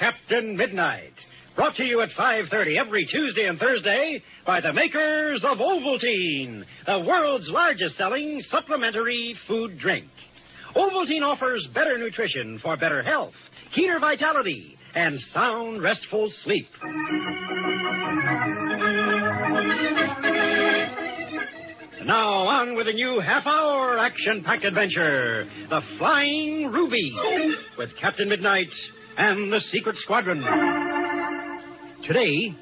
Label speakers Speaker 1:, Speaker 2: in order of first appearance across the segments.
Speaker 1: American Midnight. Brought to you at 5.30 every Tuesday and Thursday by the makers of Ovaltine, the world's largest selling supplementary food drink. Ovaltine offers better nutrition for better health, keener vitality, and sound, restful sleep. Now on with a new half-hour action-packed adventure, The Flying Ruby, with Captain Midnight and the Secret Squadron. Today,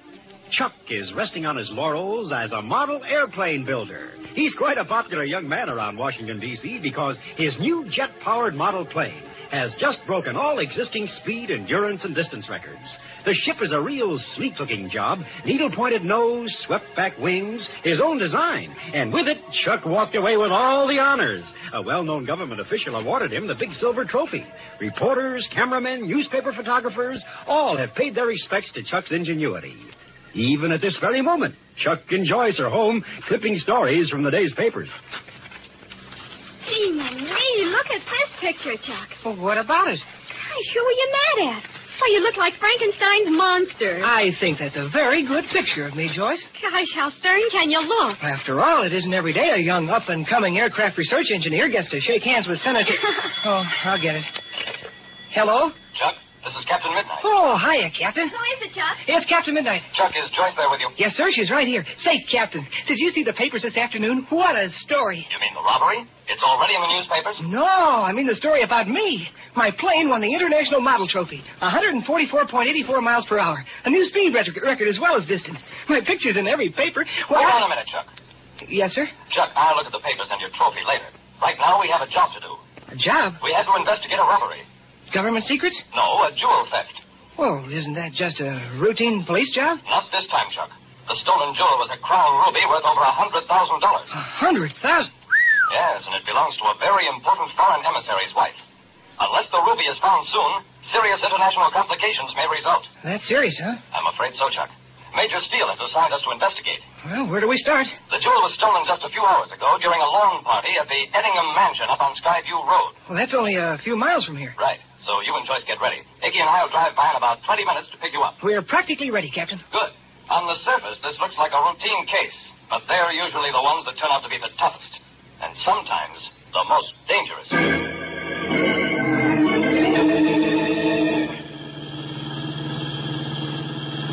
Speaker 1: Chuck is resting on his laurels as a model airplane builder. He's quite a popular young man around Washington, D.C., because his new jet powered model plane has just broken all existing speed, endurance, and distance records. The ship is a real sleek looking job needle pointed nose, swept back wings, his own design. And with it, Chuck walked away with all the honors. A well known government official awarded him the big silver trophy. Reporters, cameramen, newspaper photographers, all have paid their respects to Chuck's ingenuity. Even at this very moment, Chuck and Joyce are home clipping stories from the day's papers.
Speaker 2: Gee, Marie, look at this picture, Chuck.
Speaker 3: Well, what about it?
Speaker 2: Gosh, who were you mad at? Why, you look like Frankenstein's monster.
Speaker 3: I think that's a very good picture of me, Joyce.
Speaker 2: Gosh, how stern can you look?
Speaker 3: After all, it isn't every day a young up and coming aircraft research engineer gets to shake hands with Senator. oh, I'll get it. Hello?
Speaker 4: Chuck, this is Captain Midnight.
Speaker 3: Oh, hiya, Captain.
Speaker 2: Who is it, Chuck?
Speaker 3: It's Captain Midnight.
Speaker 4: Chuck, is Joyce there with you?
Speaker 3: Yes, sir, she's right here. Say, Captain, did you see the papers this afternoon? What a story.
Speaker 4: You mean the robbery? It's already in the newspapers?
Speaker 3: No, I mean the story about me. My plane won the International Model Trophy, 144.84 miles per hour. A new speed record, record as well as distance. My picture's in every paper. Well,
Speaker 4: Hold
Speaker 3: I-
Speaker 4: on a minute, Chuck.
Speaker 3: Yes, sir?
Speaker 4: Chuck, I'll look at the papers and your trophy later. Right now, we have a job to do.
Speaker 3: A job?
Speaker 4: We had to investigate a robbery.
Speaker 3: Government secrets?
Speaker 4: No, a jewel theft.
Speaker 3: Well, isn't that just a routine police job?
Speaker 4: Not this time, Chuck. The stolen jewel was a crown ruby worth over a $100,000.
Speaker 3: A hundred thousand.
Speaker 4: Yes, and it belongs to a very important foreign emissary's wife. Unless the ruby is found soon, serious international complications may result.
Speaker 3: That's serious, huh?
Speaker 4: I'm afraid so, Chuck. Major Steele has assigned us to investigate.
Speaker 3: Well, where do we start?
Speaker 4: The jewel was stolen just a few hours ago during a lawn party at the Eddingham Mansion up on Skyview Road.
Speaker 3: Well, that's only a few miles from here.
Speaker 4: Right. So you and Joyce get ready. Iggy and I'll drive by in about 20 minutes to pick you up.
Speaker 3: We're practically ready, Captain.
Speaker 4: Good. On the surface, this looks like a routine case, but they're usually the ones that turn out to be the toughest, and sometimes the most dangerous.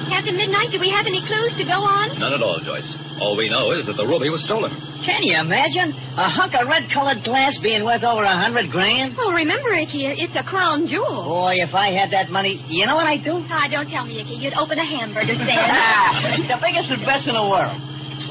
Speaker 2: Captain Midnight, do we have any clues to go on?
Speaker 5: None at all, Joyce. All we know is that the ruby was stolen.
Speaker 6: Can you imagine a hunk of red-colored glass being worth over a hundred grand?
Speaker 2: Well, remember, Icky, it's a crown jewel.
Speaker 6: Boy, if I had that money, you know what I'd do?
Speaker 2: Ah, don't tell me, Icky, you'd open a hamburger stand.
Speaker 6: the biggest and best in the world.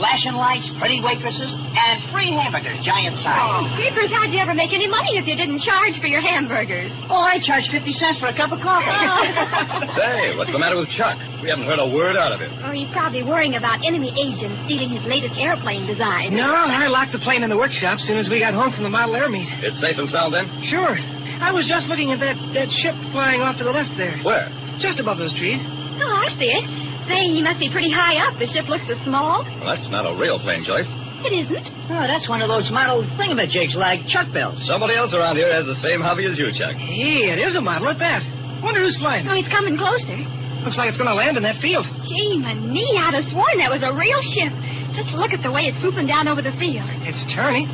Speaker 6: Flashing lights, pretty waitresses, and free hamburgers, giant size.
Speaker 2: Jeepers, how'd you ever make any money if you didn't charge for your hamburgers?
Speaker 6: Oh, I charge 50 cents for a cup of coffee.
Speaker 5: Say, what's the matter with Chuck? We haven't heard a word out of him.
Speaker 2: Oh, he's probably worrying about enemy agents stealing his latest airplane design.
Speaker 3: No, I locked the plane in the workshop soon as we got home from the model air meet.
Speaker 5: It's safe and sound then?
Speaker 3: Sure. I was just looking at that, that ship flying off to the left there.
Speaker 5: Where?
Speaker 3: Just above those trees.
Speaker 2: Oh, I see it. Say, he must be pretty high up. The ship looks so small.
Speaker 5: Well, that's not a real plane, Joyce.
Speaker 2: It isn't.
Speaker 6: Oh, that's one of those model thingamajigs like Chuck Bells.
Speaker 5: Somebody else around here has the same hobby as you, Chuck.
Speaker 3: Hey, it is a model at that. Wonder who's flying.
Speaker 2: Oh, he's coming closer.
Speaker 3: Looks like it's going to land in that field.
Speaker 2: Gee, my knee, I'd have sworn that was a real ship. Just look at the way it's swooping down over the field.
Speaker 3: It's turning.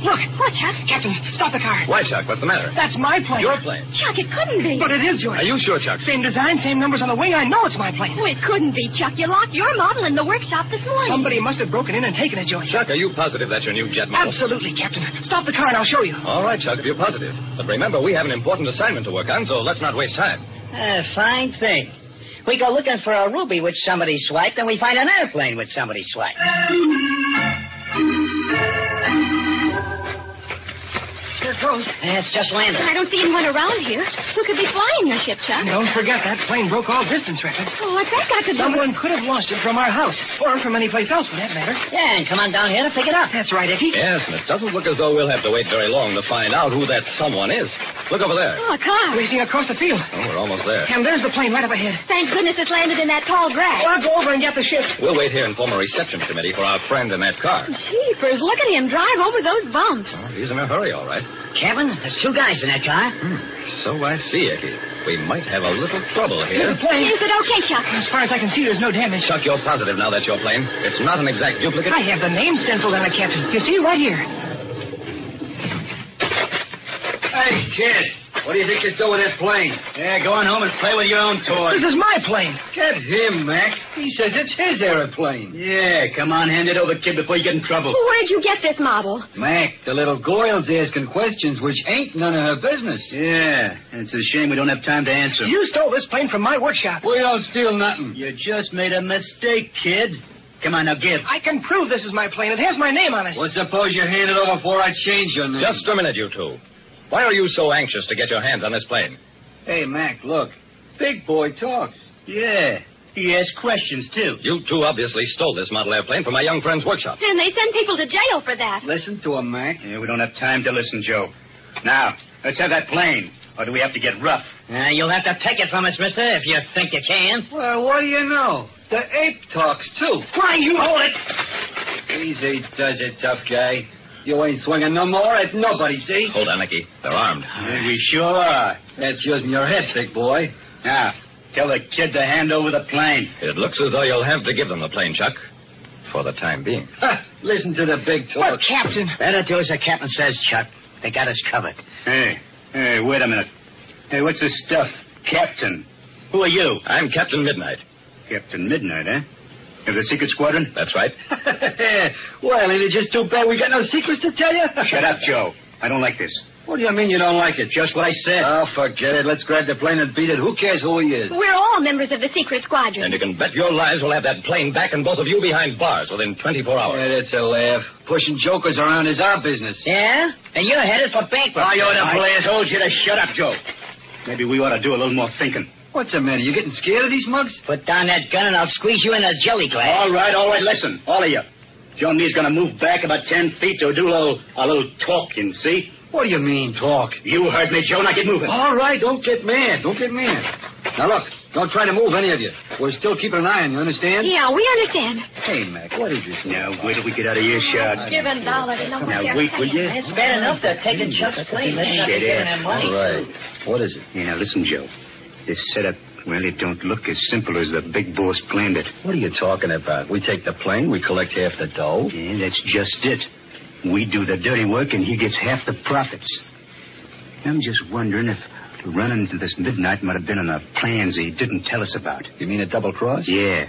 Speaker 3: Look,
Speaker 2: What, Chuck?
Speaker 3: Captain, stop the car.
Speaker 5: Why, Chuck? What's the matter?
Speaker 3: That's my plane.
Speaker 5: Your plane.
Speaker 2: Chuck, it couldn't be.
Speaker 3: But it is
Speaker 5: Are
Speaker 3: yours.
Speaker 5: you sure, Chuck?
Speaker 3: Same design, same numbers on the wing. I know it's my plane.
Speaker 2: Oh, it couldn't be, Chuck. You locked your model in the workshop this morning.
Speaker 3: Somebody must have broken in and taken it, Joyce.
Speaker 5: Chuck, are you positive that's your new jet model?
Speaker 3: Absolutely, Captain. Stop the car and I'll show you.
Speaker 5: All right, Chuck, if you're positive. But remember, we have an important assignment to work on, so let's not waste time.
Speaker 6: Ah, fine thing. We go looking for a ruby which somebody swiped, and we find an airplane which somebody swiped.
Speaker 3: Here it goes.
Speaker 6: That's just landed.
Speaker 2: I don't see anyone around here. Who could be flying the ship, Chuck?
Speaker 3: Don't forget that plane broke all distance records.
Speaker 2: Oh, what's that got to do with...
Speaker 3: Someone could have launched it from our house, or from any place else for that matter.
Speaker 6: Yeah, and come on down here to pick it up.
Speaker 3: That's right, Icky.
Speaker 5: Yes, and it doesn't look as though we'll have to wait very long to find out who that someone is. Look over there.
Speaker 2: Oh, a car.
Speaker 3: Racing across the field,
Speaker 5: Oh, we're almost there.
Speaker 3: and there's the plane right up ahead.
Speaker 2: Thank goodness it landed in that tall grass.
Speaker 3: I'll go over and get the ship.
Speaker 5: We'll wait here and form a reception committee for our friend in that car.
Speaker 2: Jeepers, look at him drive over those bumps.
Speaker 5: He's in a hurry, all right. Captain, there's two guys in that car.
Speaker 1: So I see, Eddie. We might have a little trouble
Speaker 3: There's
Speaker 1: here.
Speaker 3: a plane.
Speaker 2: Is it okay, Chuck?
Speaker 3: As far as I can see, there's no damage.
Speaker 1: Chuck, you're positive now that's your plane. It's not an exact duplicate.
Speaker 3: I have the name stenciled on it, Captain. You see, right here.
Speaker 1: Hey, kid. What do you think you're doing with that plane? Yeah, go on home and play with your own toys.
Speaker 3: This is my plane.
Speaker 1: Get him, Mac. He says it's his airplane. Yeah, come on, hand it over, kid, before you get in trouble.
Speaker 2: Well, where'd you get this model?
Speaker 1: Mac, the little goil's asking questions which ain't none of her business. Yeah, and it's a shame we don't have time to answer.
Speaker 3: You stole this plane from my workshop.
Speaker 1: We don't steal nothing. You just made a mistake, kid. Come on, now get.
Speaker 3: I can prove this is my plane. It has my name on it.
Speaker 1: Well, suppose you hand it over before I change your name. Just a minute, you two. Why are you so anxious to get your hands on this plane? Hey, Mac, look. Big boy talks. Yeah. He asks questions, too. You two obviously stole this model airplane from my young friend's workshop.
Speaker 2: Then they send people to jail for that.
Speaker 1: Listen to him, Mac. Yeah, we don't have time to listen, Joe. Now, let's have that plane. Or do we have to get rough?
Speaker 5: Uh, you'll have to take it from us, mister, if you think you can.
Speaker 1: Well, what do you know? The ape talks, too.
Speaker 3: Flying, you hold it.
Speaker 1: Easy does it, tough guy. You ain't swinging no more at nobody, see? Hold on, Nicky. They're armed. We sure are. That's using your head, big boy. Now, tell the kid to hand over the plane. It looks as though you'll have to give them the plane, Chuck. For the time being. Listen to the big
Speaker 3: But, Captain,
Speaker 5: Better do as the captain says, Chuck. They got us covered.
Speaker 1: Hey, hey, wait a minute. Hey, what's this stuff? Captain. Who are you? I'm Captain Midnight. Captain Midnight, eh? Of the secret squadron? That's right. well, ain't it just too bad we got no secrets to tell you? Shut up, Joe. I don't like this. What do you mean you don't like it? Just what I said. Oh, forget it. Let's grab the plane and beat it. Who cares who he is?
Speaker 2: We're all members of the secret squadron.
Speaker 1: And you can bet your lives we'll have that plane back and both of you behind bars within 24 hours. Yeah, that's a laugh. Pushing jokers around is our business.
Speaker 5: Yeah? And you're headed for bankruptcy.
Speaker 1: Oh, you're the
Speaker 5: Mike.
Speaker 1: player. told you to shut up, Joe. Maybe we ought to do a little more thinking. What's the matter? You getting scared of these mugs?
Speaker 5: Put down that gun and I'll squeeze you in a jelly glass.
Speaker 1: All right, all right. Listen, all of you. Joe and me's going to move back about ten feet to do a little, a little talking, see? What do you mean, talk? You heard me, Joe. Now get moving. All right, don't get mad. Don't get mad. Now, look, don't try to move, any of you. We're still keeping an eye on you, understand?
Speaker 2: Yeah, we understand.
Speaker 1: Hey, Mac, what is this? Now, wait till we get out of earshot.
Speaker 2: Given dollars, no one cares.
Speaker 5: It's bad enough they're taking Chuck's plane. Let's not be giving them money.
Speaker 1: All right. What is it? Yeah, listen, Joe. This setup, well, it don't look as simple as the big boss planned it. What are you talking about? We take the plane, we collect half the dough. Yeah, that's just it. We do the dirty work, and he gets half the profits. I'm just wondering if running into this midnight might have been on the plans he didn't tell us about. You mean a double cross? Yeah.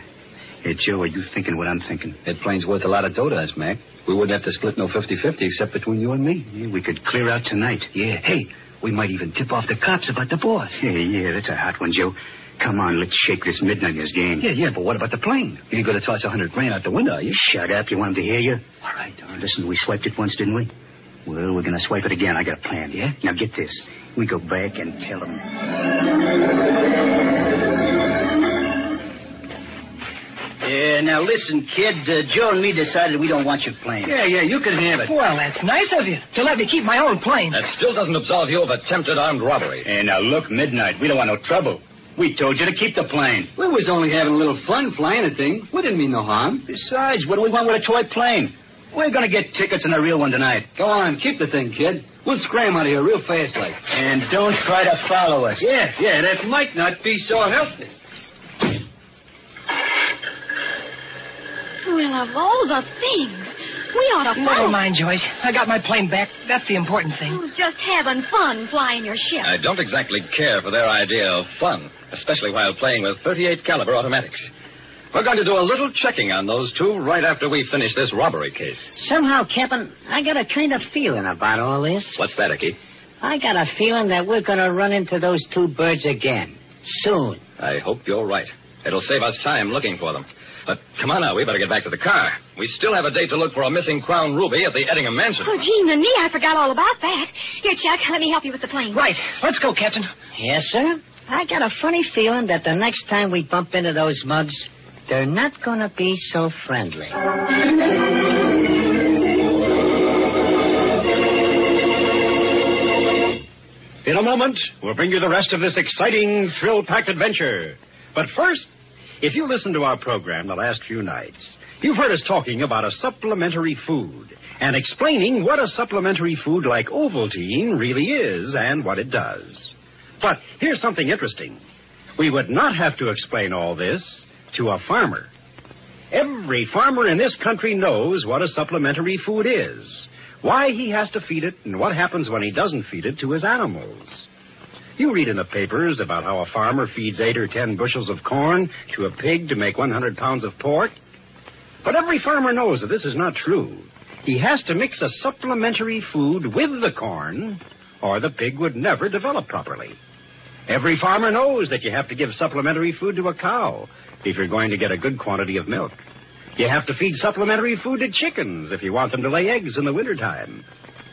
Speaker 1: Hey, Joe, are you thinking what I'm thinking? That plane's worth a lot of dough to us, Mac. We wouldn't have to split no 50-50 except between you and me. Yeah, we could clear out tonight. Yeah. Hey, we might even tip off the cops about the boss. Yeah, yeah, that's a hot one, Joe. Come on, let's shake this midnighters game. Yeah, yeah, but what about the plane? You ain't gonna toss a hundred grand out the window, are you? Shut up. You want him to hear you? All right, all right. Listen, we swiped it once, didn't we? Well, we're gonna swipe it again. I got a plan, yeah? Now get this. We go back and tell them.
Speaker 5: Yeah, now listen, kid. Uh, Joe and me decided we don't want your plane.
Speaker 1: Yeah, yeah, you can have it.
Speaker 3: well, that's nice of you to let me keep my own plane.
Speaker 1: That still doesn't absolve you of attempted armed robbery. Hey, now look, Midnight, we don't want no trouble. We told you to keep the plane. We was only having a little fun flying a thing. We didn't mean no harm. Besides, what do we want with a toy plane? We're gonna get tickets and a real one tonight. Go on, keep the thing, kid. We'll scram out of here real fast like. And don't try to follow us. Yeah, yeah, that might not be so healthy.
Speaker 2: Well, of all the things, we ought to
Speaker 3: Never
Speaker 2: follow.
Speaker 3: mind, Joyce. I got my plane back. That's the important thing.
Speaker 2: You're just having fun flying your ship.
Speaker 1: I don't exactly care for their idea of fun, especially while playing with 38 caliber automatics. We're going to do a little checking on those two right after we finish this robbery case.
Speaker 5: Somehow, Captain, I got a kind of feeling about all this.
Speaker 1: What's that, Icky?
Speaker 5: I got a feeling that we're going to run into those two birds again. Soon.
Speaker 1: I hope you're right. It'll save us time looking for them. But come on now, we better get back to the car. We still have a date to look for a missing crown ruby at the Eddingham Mansion.
Speaker 2: Oh, gee, the knee, I forgot all about that. Here, Chuck, let me help you with the plane.
Speaker 3: Right. Let's go, Captain.
Speaker 5: Yes, sir? I got a funny feeling that the next time we bump into those mugs, they're not going to be so friendly.
Speaker 7: In a moment, we'll bring you the rest of this exciting, thrill packed adventure. But first, if you listen to our program the last few nights,
Speaker 1: You've heard us talking about a supplementary food and explaining what a supplementary food like Ovaltine really is and what it does. But here's something interesting. We would not have to explain all this to a farmer. Every farmer in this country knows what a supplementary food is, why he has to feed it, and what happens when he doesn't feed it to his animals. You read in the papers about how a farmer feeds eight or ten bushels of corn to a pig to make 100 pounds of pork. But every farmer knows that this is not true. He has to mix a supplementary food with the corn, or the pig would never develop properly. Every farmer knows that you have to give supplementary food to a cow if you're going to get a good quantity of milk. You have to feed supplementary food to chickens if you want them to lay eggs in the wintertime.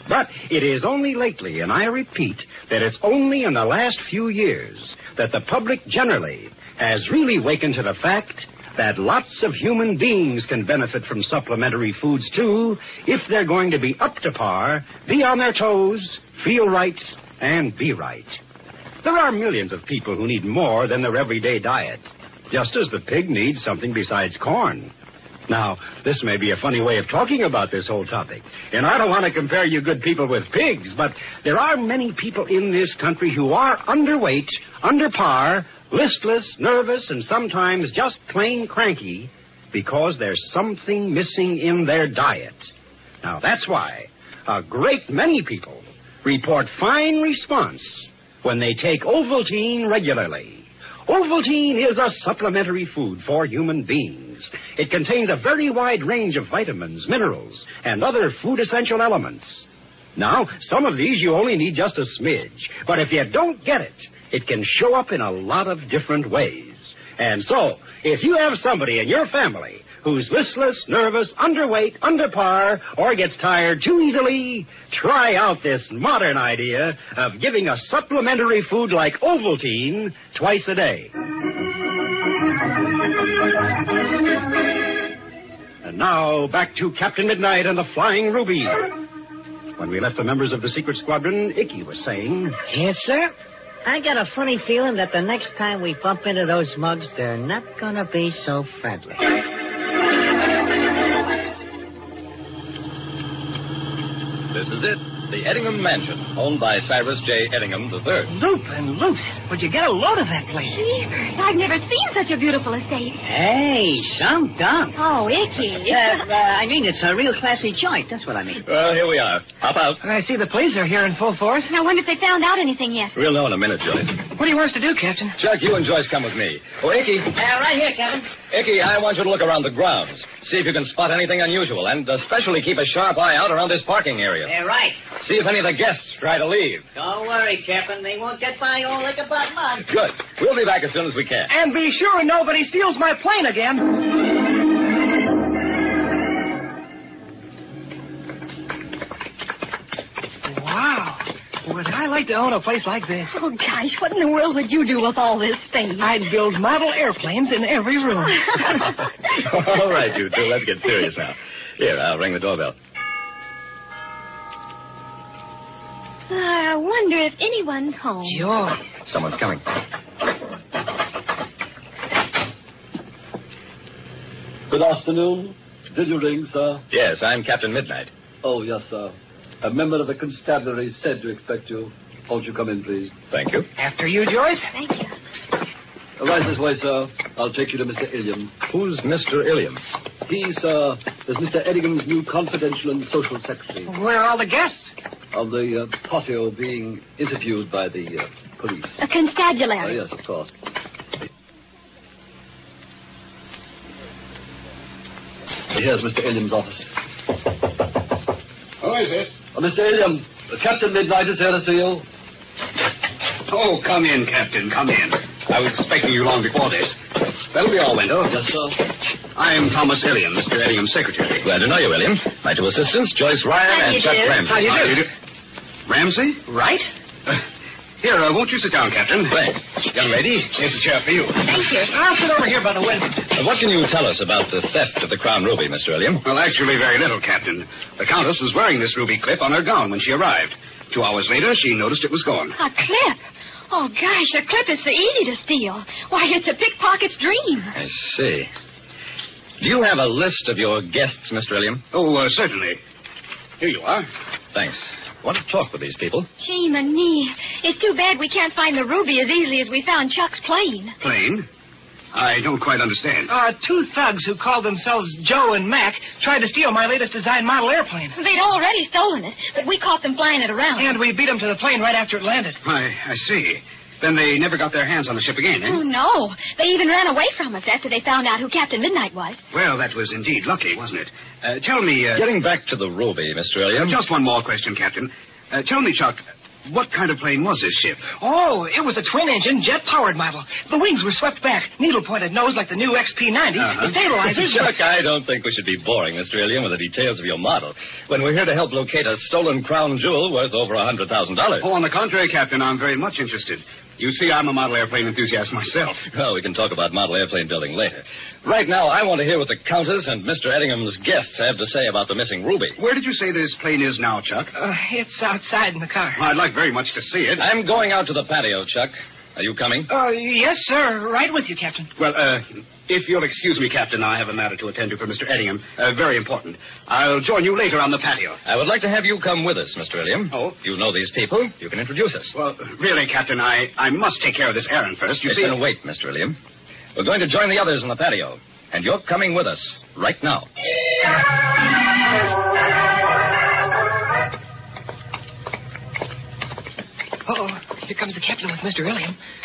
Speaker 1: But it is only lately, and I repeat, that it's only in the last few years that the public generally has really wakened to the fact that lots of human beings can benefit from supplementary foods too if they're going to be up to par, be on their toes, feel right, and be right. There are millions of people who need more than their everyday diet, just as the pig needs something besides corn. Now, this may be a funny way of talking about this whole topic, and I don't want to compare you good people with pigs, but there are many people in this country who are underweight, under par, listless, nervous, and sometimes just plain cranky because there's something missing in their diet. Now, that's why a great many people report fine response when they take Ovaltine regularly. Ovaltine is a supplementary food for human beings. It contains a very wide range of vitamins, minerals, and other food essential elements. Now, some of these you only need just a smidge, but if you don't get it, it can show up in a lot of different ways. And so, if you have somebody in your family who's listless, nervous, underweight, under par, or gets tired too easily, try out this modern idea of giving a supplementary food like Ovaltine twice a day. And now, back to Captain Midnight and the Flying Ruby. When we left the members of the secret squadron, Icky was saying,
Speaker 6: Yes, sir. I got a funny feeling that the next time we bump into those mugs, they're not gonna be so friendly.
Speaker 8: This is it. The Eddingham Mansion, owned by Cyrus J. Eddingham III.
Speaker 3: Loop and loose. Would you get a load of that place?
Speaker 2: Jeepers, I've never seen such a beautiful estate.
Speaker 6: Hey, some dump.
Speaker 2: Oh, icky.
Speaker 6: Uh, uh, I mean, it's a real classy joint. That's what I mean.
Speaker 8: Well, here we are. Hop out.
Speaker 3: And I see the police are here in full force.
Speaker 2: I wonder if they found out anything yet.
Speaker 8: We'll know in a minute, Julie.
Speaker 3: What do you want us to do, Captain?
Speaker 8: Jack, you and Joyce come with me. Oh, Icky,
Speaker 6: Uh, right here, Captain.
Speaker 8: Icky, I want you to look around the grounds. See if you can spot anything unusual, and especially keep a sharp eye out around this parking area.
Speaker 6: Uh, right.
Speaker 8: See if any of the guests try to leave.
Speaker 6: Don't worry, Captain. They won't get by all like a bad mug.
Speaker 8: Good. We'll be back as soon as we can.
Speaker 3: And be sure nobody steals my plane again. Wow. Would I like to own a place like this?
Speaker 2: Oh, gosh, what in the world would you do with all this space?
Speaker 3: I'd build model airplanes in every room.
Speaker 8: All right, you two. Let's get serious now. Here, I'll ring the doorbell.
Speaker 2: I wonder if anyone's home.
Speaker 3: Joyce.
Speaker 8: Someone's coming.
Speaker 9: Good afternoon. Did you ring, sir?
Speaker 8: Yes, I'm Captain Midnight.
Speaker 9: Oh, yes, sir. A member of the constabulary said to expect you. Won't you come in, please?
Speaker 8: Thank you.
Speaker 3: After you, Joyce.
Speaker 2: Thank you.
Speaker 9: Right this way, sir. I'll take you to Mr. Illiam.
Speaker 8: Who's Mr. Illiam?
Speaker 9: He, sir, is Mr. Eddingham's new confidential and social secretary
Speaker 3: Where are all the guests?
Speaker 9: of the uh, patio being interviewed by the uh, police.
Speaker 2: A
Speaker 9: Oh,
Speaker 2: constabulary.
Speaker 9: yes, of course. Here's Mr. Illiam's office.
Speaker 10: Who is it?
Speaker 9: Oh, Mr. Illiam, Captain Midnight is here to see you.
Speaker 5: Oh, come in, Captain. Come in. I was expecting you long before this. That'll be all, Wendell.
Speaker 9: Yes, sir.
Speaker 5: I'm Thomas Elliam, Mr. Elliam's secretary.
Speaker 8: Glad to know you, William. My two assistants, Joyce Ryan
Speaker 2: How do
Speaker 8: and
Speaker 2: you
Speaker 8: Chuck
Speaker 2: do?
Speaker 8: Ramsey.
Speaker 3: How do you do?
Speaker 5: Ramsey?
Speaker 3: Right?
Speaker 5: Uh, here, uh, won't you sit down, Captain?
Speaker 8: Thanks.
Speaker 5: Young lady, here's a chair for you.
Speaker 3: Thank you. I'll sit over here by the window.
Speaker 8: Uh, What can you tell us about the theft of the Crown Ruby, Mr. William?
Speaker 5: Well, actually, very little, Captain. The Countess was wearing this ruby clip on her gown when she arrived. Two hours later, she noticed it was gone.
Speaker 2: A clip. Oh, gosh, a clip is so easy to steal. Why, it's a pickpocket's dream.
Speaker 8: I see.
Speaker 1: Do you have a list of your guests, Mr. Illiam?
Speaker 11: Oh, uh, certainly. Here you are.
Speaker 1: Thanks. Want to talk with these people?
Speaker 2: Gee, my knee. It's too bad we can't find the ruby as easily as we found Chuck's plane.
Speaker 11: Plain? I don't quite understand.
Speaker 3: Uh, two thugs who call themselves Joe and Mac tried to steal my latest design model airplane.
Speaker 2: They'd already stolen it, but we caught them flying it around.
Speaker 3: And we beat them to the plane right after it landed.
Speaker 11: Oh, I, I see. Then they never got their hands on the ship again, eh?
Speaker 2: Oh, no. They even ran away from us after they found out who Captain Midnight was.
Speaker 11: Well, that was indeed lucky, wasn't it? Uh, tell me. Uh,
Speaker 1: Getting back to the Ruby, Mr. Illiam.
Speaker 11: Just one more question, Captain. Uh, tell me, Chuck, what kind of plane was this ship?
Speaker 3: Oh, it was a twin engine, jet powered model. The wings were swept back, needle pointed nose like the new XP 90,
Speaker 11: Uh-huh.
Speaker 3: the stabilizers.
Speaker 1: Chuck, I don't think we should be boring Mr. Illiam with the details of your model when we're here to help locate a stolen crown jewel worth over a $100,000.
Speaker 11: Oh, on the contrary, Captain, I'm very much interested. You see, I'm a model airplane enthusiast myself.
Speaker 1: Well, we can talk about model airplane building later. Right now, I want to hear what the Countess and Mr. Eddingham's guests have to say about the missing ruby.
Speaker 11: Where did you say this plane is now, Chuck?
Speaker 3: Uh, it's outside in the car.
Speaker 11: I'd like very much to see it.
Speaker 1: I'm going out to the patio, Chuck. Are you coming?
Speaker 3: Uh, yes, sir. Right with you, Captain.
Speaker 11: Well, uh, if you'll excuse me, Captain, I have a matter to attend to for Mr. Eddingham. Uh, very important. I'll join you later on the patio.
Speaker 1: I would like to have you come with us, Mr. Illiam.
Speaker 11: Oh?
Speaker 1: You know these people. You can introduce us.
Speaker 11: Well, really, Captain, I, I must take care of this errand first. You
Speaker 1: it's
Speaker 11: see.
Speaker 1: going to wait, Mr. Illiam. We're going to join the others in the patio, and you're coming with us right now.
Speaker 3: Uh oh. Here comes the captain with Mr. Illiam.